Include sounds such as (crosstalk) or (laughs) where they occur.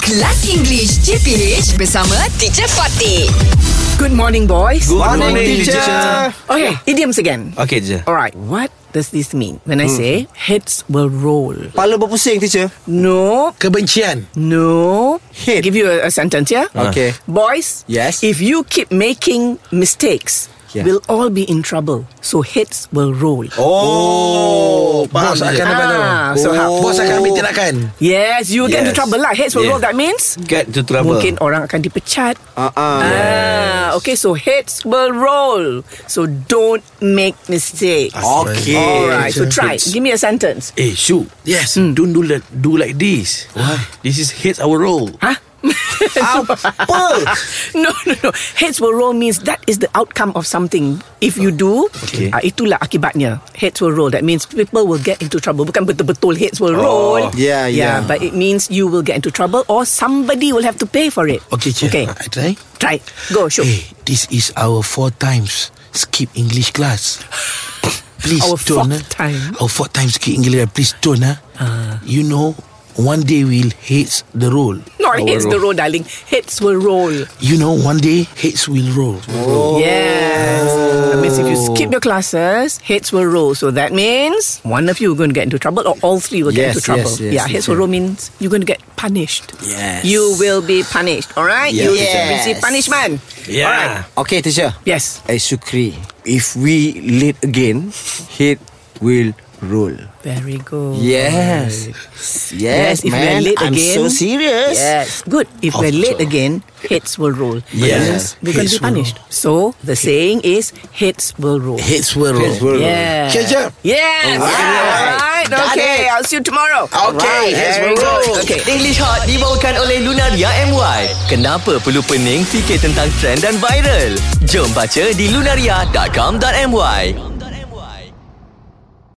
Kelas English JPH bersama Teacher Fatih. Good morning, boys. Good morning, teacher. Okay, idioms again. Okay, Hmm. teacher. All right, what does this mean when I say heads will roll? Kepala berpusing teacher No, Kebencian no. Head. Give you a, a sentence, yeah? Uh-huh. Okay. Boys, Yes. If you keep making mistakes, Yeah. we'll all be in trouble. So heads will roll. Oh, Oh Faham bos akan je. apa tu Ah, so ha, how- Oh. Bos akan ambil tindakan Yes, you get into Yes. trouble lah. Heads will Yeah. roll. That means Get to trouble. Oh, mungkin orang akan dipecat. uh-uh. Ah, okay. So heads will roll. So don't make mistakes. Ah, Okay All right. So try. Hmm. Give me a sentence. (laughs) Eh, Shu. Yes Don't do like, do like this. Why? This is hits our role. (laughs) Huh? Apa No, no, no. Heads will roll means that is the outcome of something. If you do, Okay. ah, itulah akibatnya. Heads will roll. That means people will get into trouble. Bukan betul-betul heads will roll. yeah, yeah. But it means you will get into trouble or somebody will have to pay for it. Okay teacher Okay. I try Try. Go, show. Hey This is our four times Skip English class Please Our fourth don't ah. time. Our fourth time skip English class. Please don't ah. You know One day we'll hate the role No, heads the roll, darling. Heads will roll. You know one day Hates will roll Oh. Yes. That means if you Oh. skip your classes, heads will roll. So that means one of you are going to get into trouble, or all three will get Yes, into trouble. yes, yes, yeah, heads will roll means you're going to get punished. Yes. You will be punished. All right. You will Yes. receive punishment. Yeah. Okay teacher Yes. Eh Sukri If we late again Head will roll Very good. Yes Yes, Yes, if man we're late I'm again. so serious Yes. Good. If we're late again, heads will roll. Yes. Because We're going to be Heads will punished. So the saying is heads will roll. Hates will roll Heads will roll. Yeah. Okay, teacher. Yes. All right. Alright. Got Okay. it. I'll see you tomorrow. Okay Hates will roll Okay. English Hot dibawakan oleh Lunaria MY. Kenapa perlu pening fikir tentang trend dan viral? Jom baca di lunaria.com.my.